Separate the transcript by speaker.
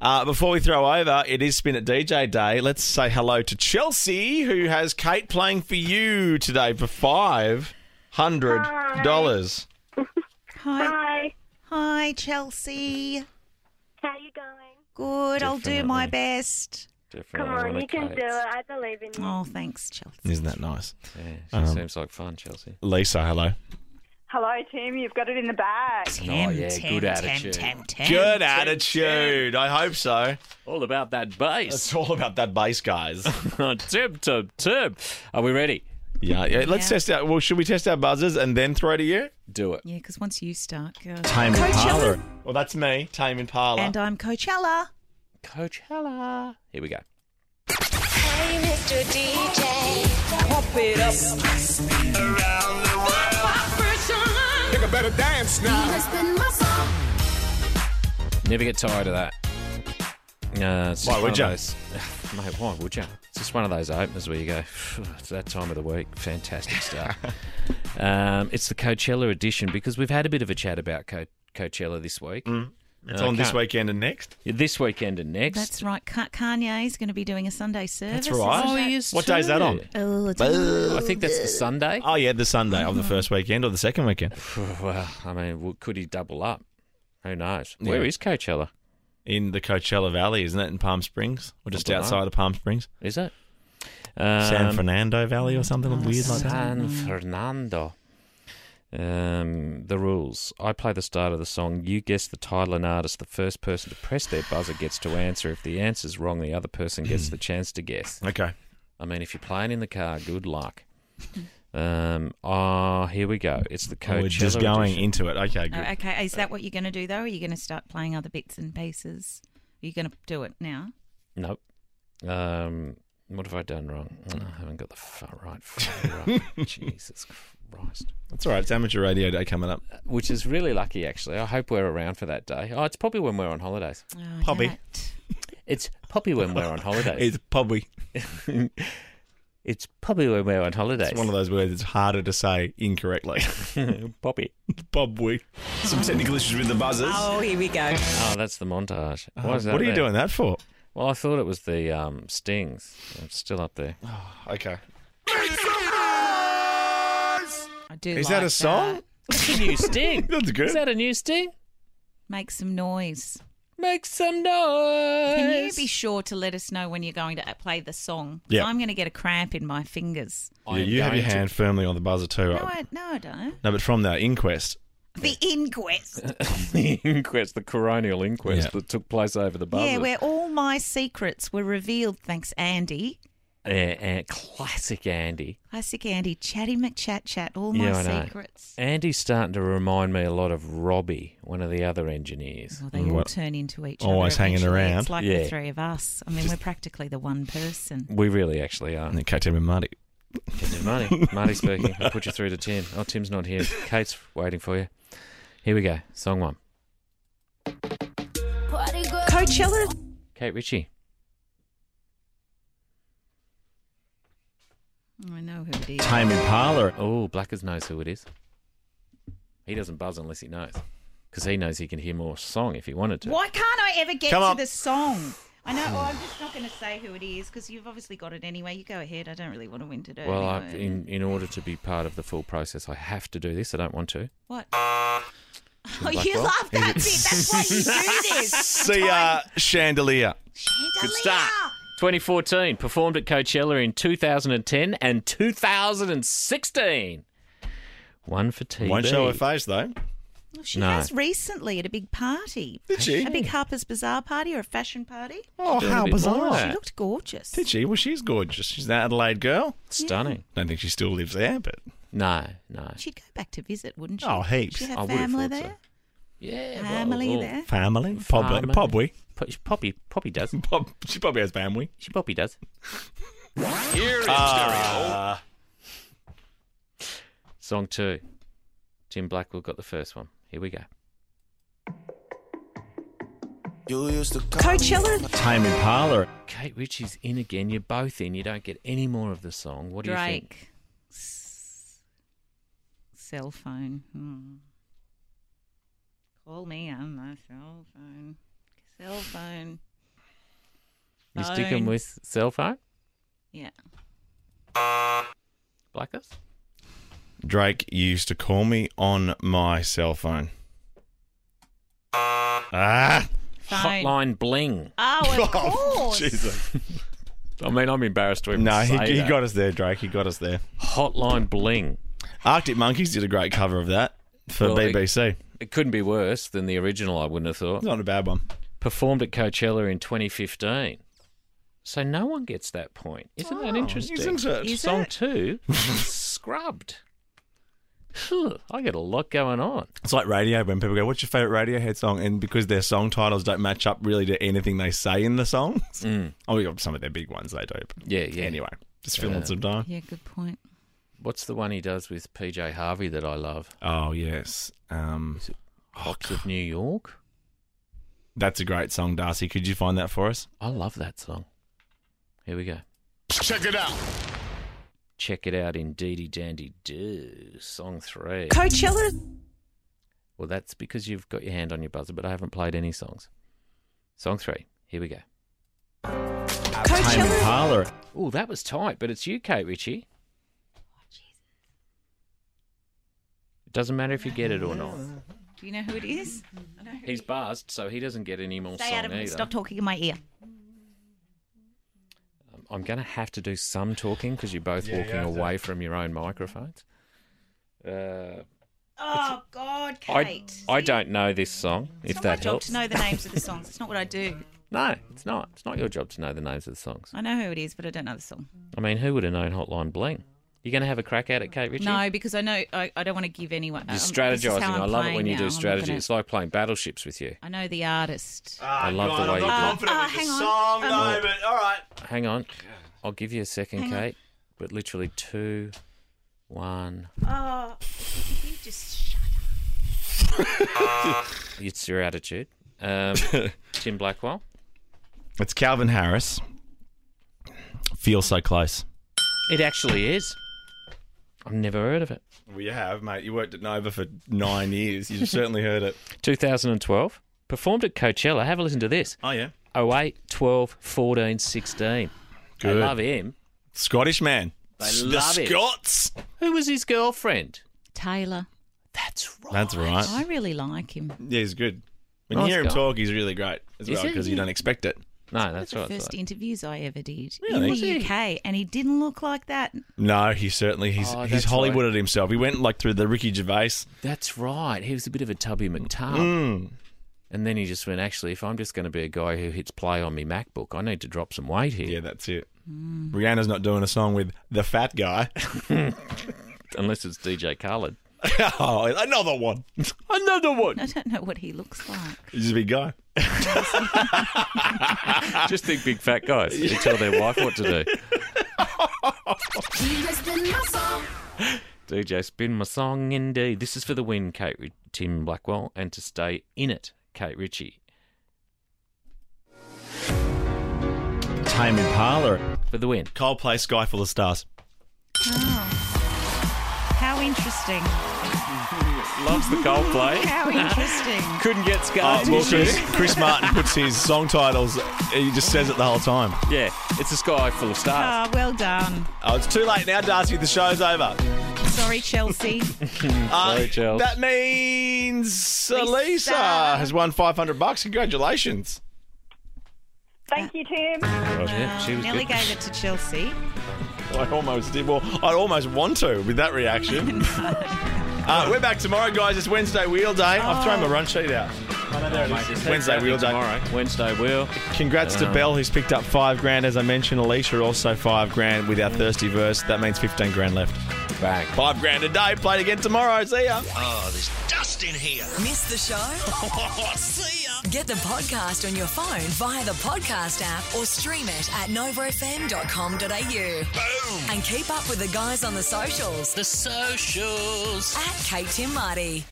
Speaker 1: Uh, before we throw over, it is Spin at DJ Day. Let's say hello to Chelsea, who has Kate playing for you today for five hundred dollars.
Speaker 2: Hi,
Speaker 3: Hi.
Speaker 2: hi, Chelsea.
Speaker 3: How you going?
Speaker 2: Good. I'll do my
Speaker 4: Definitely.
Speaker 2: best.
Speaker 4: Definitely
Speaker 3: Come on,
Speaker 4: one
Speaker 3: you
Speaker 4: of
Speaker 3: can do it.
Speaker 4: Kate's.
Speaker 3: I believe in you.
Speaker 2: Oh, thanks, Chelsea.
Speaker 1: Isn't that nice?
Speaker 4: Yeah, she seems like fun, Chelsea.
Speaker 1: Lisa, hello.
Speaker 5: Hello, Tim. You've got it in the bag.
Speaker 1: Oh,
Speaker 2: Tim,
Speaker 4: yeah,
Speaker 2: Tim,
Speaker 4: good
Speaker 2: Tim,
Speaker 4: attitude.
Speaker 2: Tim, Tim.
Speaker 1: Good attitude. I hope so.
Speaker 4: All about that bass.
Speaker 1: It's all about that bass, guys.
Speaker 4: tip, tip, tip. Are we ready?
Speaker 1: yeah, yeah. Let's
Speaker 2: Yeah.
Speaker 1: test out. Well, should we test our buzzers and then throw to you?
Speaker 4: Do it.
Speaker 2: Yeah, because once you start, go.
Speaker 1: Tame Impala. Well, that's me, Tame Impala.
Speaker 2: and I'm Coachella.
Speaker 4: Coachella. Here we go.
Speaker 6: Hey, Mr. DJ.
Speaker 7: Nigga better dance now.
Speaker 4: Never get tired of that. Uh, it's just
Speaker 1: Why
Speaker 4: one
Speaker 1: would
Speaker 4: of
Speaker 1: ya?
Speaker 4: those- Mate, why would you? It's just one of those openers where you go, "Phew, it's that time of the week. Fantastic stuff. um, it's the Coachella edition because we've had a bit of a chat about Co- Coachella this week.
Speaker 1: Mm. it's
Speaker 4: I
Speaker 1: on this
Speaker 4: can't-
Speaker 1: weekend and next.
Speaker 4: This weekend and next.
Speaker 2: That's right. Ka- Kanye's going to be doing a Sunday service.
Speaker 1: That's right.
Speaker 4: Oh,
Speaker 2: isn't
Speaker 4: he
Speaker 2: it?
Speaker 4: is
Speaker 1: What day is that
Speaker 4: too.
Speaker 1: on?
Speaker 2: Oh, it's
Speaker 4: I think that's the Sunday.
Speaker 1: Oh yeah, the Sunday of the first weekend or the second weekend
Speaker 4: Oh, Well, I mean, well, could he double up? Who knows? Where is Coachella?
Speaker 1: in the Coachella Valley, isn't it? In Palm Springs or just
Speaker 4: dunno.
Speaker 1: outside of Palm Springs,
Speaker 4: Is it?
Speaker 1: San
Speaker 4: Um,
Speaker 1: Fernando Valley or something weird like that.
Speaker 4: San Fernando. Um, the rules. I play the start of the song. You guess the title and artist. The first person to press their buzzer gets to answer. If the answer's wrong, the other person gets the chance to guess.
Speaker 1: Okay,
Speaker 4: I mean, if you're playing in the car, good luck. Um, ah, here we go. It's the Coachella.
Speaker 1: Oh, we're just going
Speaker 4: edition.
Speaker 1: into it. Okay,
Speaker 2: Oh,
Speaker 1: good.
Speaker 2: okay, is that what you're going to do though? Or are you going to start playing other bits and pieces? Are you going to do it now?
Speaker 4: Nope. Um, what have I done wrong? Oh, I haven't got the f- right finger up. Jesus Christ. Uh,
Speaker 1: That's all right. It's amateur radio day coming up.
Speaker 4: Which is really lucky, actually. I hope we're around for that day. Oh, it's probably when we're on holidays.
Speaker 2: Oh, I
Speaker 1: Poppy.
Speaker 2: doubt it.
Speaker 4: It's probably when we're on holidays.
Speaker 1: probably
Speaker 4: it's, probably when we're on holidays.
Speaker 1: it's one of those words that's harder to say incorrectly.
Speaker 4: Poppy.
Speaker 1: Bobby. Some technical issues with the buzzers.
Speaker 2: Oh.
Speaker 4: Oh, that's the montage. Why is that
Speaker 1: Uh, what are you
Speaker 4: there?
Speaker 1: doing that for?
Speaker 4: Well, I thought it was the um, stings. It's still up there.
Speaker 1: Okay.
Speaker 2: I do.
Speaker 1: Is that
Speaker 2: like
Speaker 1: a song?
Speaker 4: It's a new sting.
Speaker 1: That's good.
Speaker 4: Is that a new sting?
Speaker 2: Make some noise.
Speaker 4: Make some noise.
Speaker 2: Can you be sure to let us know when you're going to uh, play the song?
Speaker 1: Yeah.
Speaker 2: I'm going to get a cramp in my fingers.
Speaker 4: I
Speaker 1: yeah,
Speaker 4: am
Speaker 1: you have
Speaker 4: going
Speaker 1: your
Speaker 4: to-
Speaker 1: hand firmly on the buzzer too.
Speaker 2: No, I, no, I don't.
Speaker 1: No, but from the inquest.
Speaker 2: The inquest.
Speaker 4: the inquest, the coronial inquest
Speaker 1: Yeah.
Speaker 4: that took place over the buzzer.
Speaker 2: yeah, where all my secrets were revealed. Thanks, Andy.
Speaker 4: Uh, uh, classic Andy.
Speaker 2: Classic Andy. Chatty McChat chat. All my
Speaker 4: Yeah, I know.
Speaker 2: secrets.
Speaker 4: Andy's starting to remind me a lot of Robbie, one of the other engineers.
Speaker 2: Well, they all
Speaker 1: What-
Speaker 2: turn into each other.
Speaker 1: Always hanging
Speaker 2: eventually.
Speaker 1: around.
Speaker 2: It's like
Speaker 4: Yeah.
Speaker 2: the three of us. I mean, we're practically the one person.
Speaker 4: We really actually are.
Speaker 1: And then Katie and Marty.
Speaker 4: Is it Marty, Marty speaking. I'll put you through to Tim. Oh, Tim's not here. Kate's waiting for you. Here we go. Song one.
Speaker 2: Coachella.
Speaker 4: Kate Ritchie.
Speaker 2: I know who it is.
Speaker 1: Tame Impala.
Speaker 4: Oh, Blackers knows who it is. He doesn't buzz unless he knows, because he knows he can hear more song if he wanted to.
Speaker 2: Why can't I ever get
Speaker 1: Come
Speaker 2: to
Speaker 1: on.
Speaker 2: the song? I know. Oh, I'm just not going to say who it is because you've obviously got it anyway. You go ahead. I don't really want to win today.
Speaker 4: Well, I,
Speaker 2: anyway.
Speaker 4: in in order to be part of the full process, I have to do this. I don't want to.
Speaker 2: what? Oh, you
Speaker 4: Blackwell?
Speaker 2: love that bit. That's why you do this.
Speaker 1: See ya, Chandelier.
Speaker 4: Good start. 2014 performed at Coachella in 2010 and 2016. One for TV.
Speaker 1: Won't show her face though.
Speaker 2: Well, she
Speaker 4: No.
Speaker 2: has recently at a big party.
Speaker 1: Did she?
Speaker 2: A big Harper's Bazaar party or a fashion party.
Speaker 1: Oh,
Speaker 4: Doing a
Speaker 1: how
Speaker 4: bit more of
Speaker 1: bizarre.
Speaker 2: She
Speaker 4: that.
Speaker 2: looked gorgeous.
Speaker 1: Did she? Well, she's gorgeous. She's an Adelaide girl.
Speaker 4: Stunning.
Speaker 1: Don't think she still lives there, but
Speaker 4: No, no.
Speaker 2: She'd go back to visit, wouldn't she?
Speaker 1: Oh, heaps.
Speaker 2: She had
Speaker 4: I would've
Speaker 2: family
Speaker 4: thought so.
Speaker 2: there.
Speaker 4: Yeah. well, oh.
Speaker 2: Family
Speaker 4: well,
Speaker 2: there.
Speaker 1: family. Probably.
Speaker 4: Family.
Speaker 1: Probably.
Speaker 4: Po- Poppy, Poppy does.
Speaker 1: Prob- she probably has family.
Speaker 4: She Poppy does.
Speaker 7: Here in
Speaker 1: Uh,
Speaker 4: Song two. Tim Blackwell got the first one. Here we go.
Speaker 7: stereo. You used to call me
Speaker 2: Coachella.
Speaker 1: Tame Impala.
Speaker 4: Kate Ritchie's in again. You're both in. You don't get any more of the song. What do you think?
Speaker 2: Drake. S- Cell phone. Hmm. Call me on my cell phone. Cell phone.
Speaker 4: You sticking
Speaker 2: Phone.
Speaker 4: with cell phone?
Speaker 2: Yeah.
Speaker 4: Blacklist?
Speaker 1: Drake used to call me on my cell phone. Ah!
Speaker 2: Phone.
Speaker 4: Hotline bling.
Speaker 2: Oh, of course.
Speaker 1: Jesus.
Speaker 4: I mean, I'm embarrassed to even
Speaker 1: No, he,
Speaker 4: say
Speaker 1: he
Speaker 4: that.
Speaker 1: got us there, Drake. He got us there.
Speaker 4: Hotline bling.
Speaker 1: Arctic Monkeys did a great cover of that for
Speaker 4: Well, it-
Speaker 1: BBC.
Speaker 4: It couldn't be worse than the original, I wouldn't have thought.
Speaker 1: Not a bad one.
Speaker 4: Performed at Coachella in 2015. So no one gets that point. Isn't that interesting?
Speaker 1: Isn't it?
Speaker 2: Oh. Is
Speaker 4: Song
Speaker 2: it?
Speaker 4: two, scrubbed. Phew, I get a lot going on.
Speaker 1: It's like radio when people go, "What's your favorite Radiohead song?" And because their song titles don't match up really to anything they say in the songs. Oh, we got some of their big ones they do. But
Speaker 4: Mm. Yeah, yeah.
Speaker 1: Anyway, just filling
Speaker 4: Uh,
Speaker 1: some time.
Speaker 2: Yeah, good point.
Speaker 4: What's the one he does with PJ Harvey that I love?
Speaker 1: Oh yes, um,
Speaker 4: Cops of New York.
Speaker 1: that's a great song, Darcy. Could you find that for us?
Speaker 4: I love that song. Here we go.
Speaker 7: Check it out.
Speaker 4: Check it out in Deedy Dandy Do, song three.
Speaker 8: Coachella
Speaker 4: Well, that's because you've got your hand on your buzzer, but I haven't played any songs. Song three. Here we go.
Speaker 1: Tame
Speaker 8: Coachella
Speaker 1: Impala.
Speaker 4: Oh, that was tight, but it's UK, Richie. It doesn't matter if you get it or not.
Speaker 2: Do you know who it is?
Speaker 4: He's buzzed, so he doesn't get any more
Speaker 2: Stay
Speaker 4: song
Speaker 2: out of it.
Speaker 4: either.
Speaker 2: Stop talking in my ear.
Speaker 4: Um, I'm going to have to do some talking because you're both walking away from your own microphones. Uh,
Speaker 2: Oh God,
Speaker 4: I,
Speaker 2: Kate.
Speaker 4: I don't know this song, if
Speaker 2: it's not my
Speaker 4: that
Speaker 2: job
Speaker 4: helps.
Speaker 2: to know the names of the songs. It's not what I do.
Speaker 4: No, it's not. It's not your job to know the names of the songs.
Speaker 2: I know who it is, but I don't know the song.
Speaker 4: I mean, who would have known Hotline Bling? You're going to have a crack at it, Kate Ritchie?
Speaker 2: No, because I know I, I don't want to give anyone.
Speaker 4: You're
Speaker 2: um, this is
Speaker 4: strategizing.
Speaker 2: how I'm
Speaker 4: I love it
Speaker 2: playing
Speaker 4: when you
Speaker 2: now.
Speaker 4: do
Speaker 2: I'm not
Speaker 4: strategy.
Speaker 2: gonna-
Speaker 4: It's like playing battleships with you.
Speaker 2: I know the artist.
Speaker 1: Ah,
Speaker 4: I love the way you do
Speaker 2: not
Speaker 4: it.
Speaker 2: confident. Uh, hang on. Um,
Speaker 1: but all right.
Speaker 4: Hang on. I'll give you a second,
Speaker 2: Hang on.
Speaker 4: Kate. But literally two, one.
Speaker 2: Oh, you just shut
Speaker 4: It's your attitude. Um, Tim Blackwell.
Speaker 1: It's Calvin Harris. Feel so close.
Speaker 4: It actually is. I've never heard of it.
Speaker 1: Well, you have, mate. You worked at Nova for nine years. You've certainly heard it.
Speaker 4: 2012. Performed at Coachella. Have a listen to this.
Speaker 1: Oh yeah,
Speaker 4: 08, 12, 14, 16.
Speaker 1: Good.
Speaker 4: They love him.
Speaker 1: Scottish man.
Speaker 4: They
Speaker 1: S-
Speaker 4: love
Speaker 1: the
Speaker 4: it.
Speaker 1: Scots.
Speaker 4: Who was his girlfriend?
Speaker 2: Taylor.
Speaker 4: That's right.
Speaker 1: That's right.
Speaker 2: I really like him.
Speaker 1: Yeah, he's good. When
Speaker 4: Nice
Speaker 1: you hear him
Speaker 4: guy.
Speaker 1: talk, he's really great as
Speaker 4: Is
Speaker 1: well
Speaker 4: he?
Speaker 1: because you don't expect it.
Speaker 4: No,
Speaker 2: One
Speaker 4: that's
Speaker 2: of
Speaker 4: right.
Speaker 2: the first interviews I ever did
Speaker 1: Really?
Speaker 2: in
Speaker 1: Was
Speaker 2: the
Speaker 1: he?
Speaker 2: UK, and he didn't look like that.
Speaker 1: No, he certainly he's
Speaker 4: Oh,
Speaker 1: he's
Speaker 4: that's right.
Speaker 1: Hollywooded himself. He went like through the Ricky Gervais.
Speaker 4: That's right. He was a bit of a tubby McTub.
Speaker 1: Mm.
Speaker 4: And then he just went, actually, if I'm just going to be a guy who hits play on me MacBook, I need to drop some weight here.
Speaker 1: Yeah, that's it.
Speaker 4: Hmm.
Speaker 1: Rihanna's not doing a song with the fat guy.
Speaker 4: Unless it's DJ Khaled.
Speaker 1: oh, another one.
Speaker 4: Another one.
Speaker 2: I don't know what he looks like.
Speaker 1: He's a big guy.
Speaker 4: just think big fat guys who tell their wife what to do. DJ, spin my song indeed. This is for the win, Kate Ri- Tim Blackwell, and to stay in it, Kate Ritchie.
Speaker 1: Tame Impala.
Speaker 4: For the win.
Speaker 1: Coldplay, Sky Full of Stars.
Speaker 2: Oh. How interesting!
Speaker 4: Loves the Coldplay.
Speaker 2: How interesting!
Speaker 4: Couldn't get
Speaker 1: Uh,
Speaker 4: scarred
Speaker 1: well, Chris, Chris Martin puts his song titles. He just says it the whole time.
Speaker 4: Yeah, it's a sky full of stars.
Speaker 2: Ah, well done.
Speaker 1: Oh, it's too late now, Darcy. The show's over.
Speaker 2: Sorry, Chelsea.
Speaker 1: Uh,
Speaker 4: Sorry, Chels.
Speaker 1: That means Lisa.
Speaker 2: Lisa.
Speaker 1: has won 500 bucks. Congratulations.
Speaker 5: Thank you, Tim.
Speaker 4: yeah, she
Speaker 2: Um,
Speaker 4: was
Speaker 2: Nelly
Speaker 4: good.
Speaker 2: gave it to Chelsea.
Speaker 1: I almost did. Well, I almost want to with that reaction. uh, we're back tomorrow, guys. It's Wednesday Wheel Day. I've thrown my run sheet out. I know Oh, there it is. Wednesday Wheel Day.
Speaker 4: tomorrow. Wednesday wheel.
Speaker 1: Congrats to Belle, who's picked up five grand. As I mentioned, Alicia also five grand with our thirsty verse. That means 15 grand left.
Speaker 4: Back.
Speaker 1: Five grand a day. Played again tomorrow. See ya.
Speaker 8: Miss the show? See ya. Get the podcast on your phone via the podcast app or stream it at novofm.com.au. Boom! And keep up with the guys on the socials
Speaker 9: The socials.
Speaker 8: at Kate Tim Marty.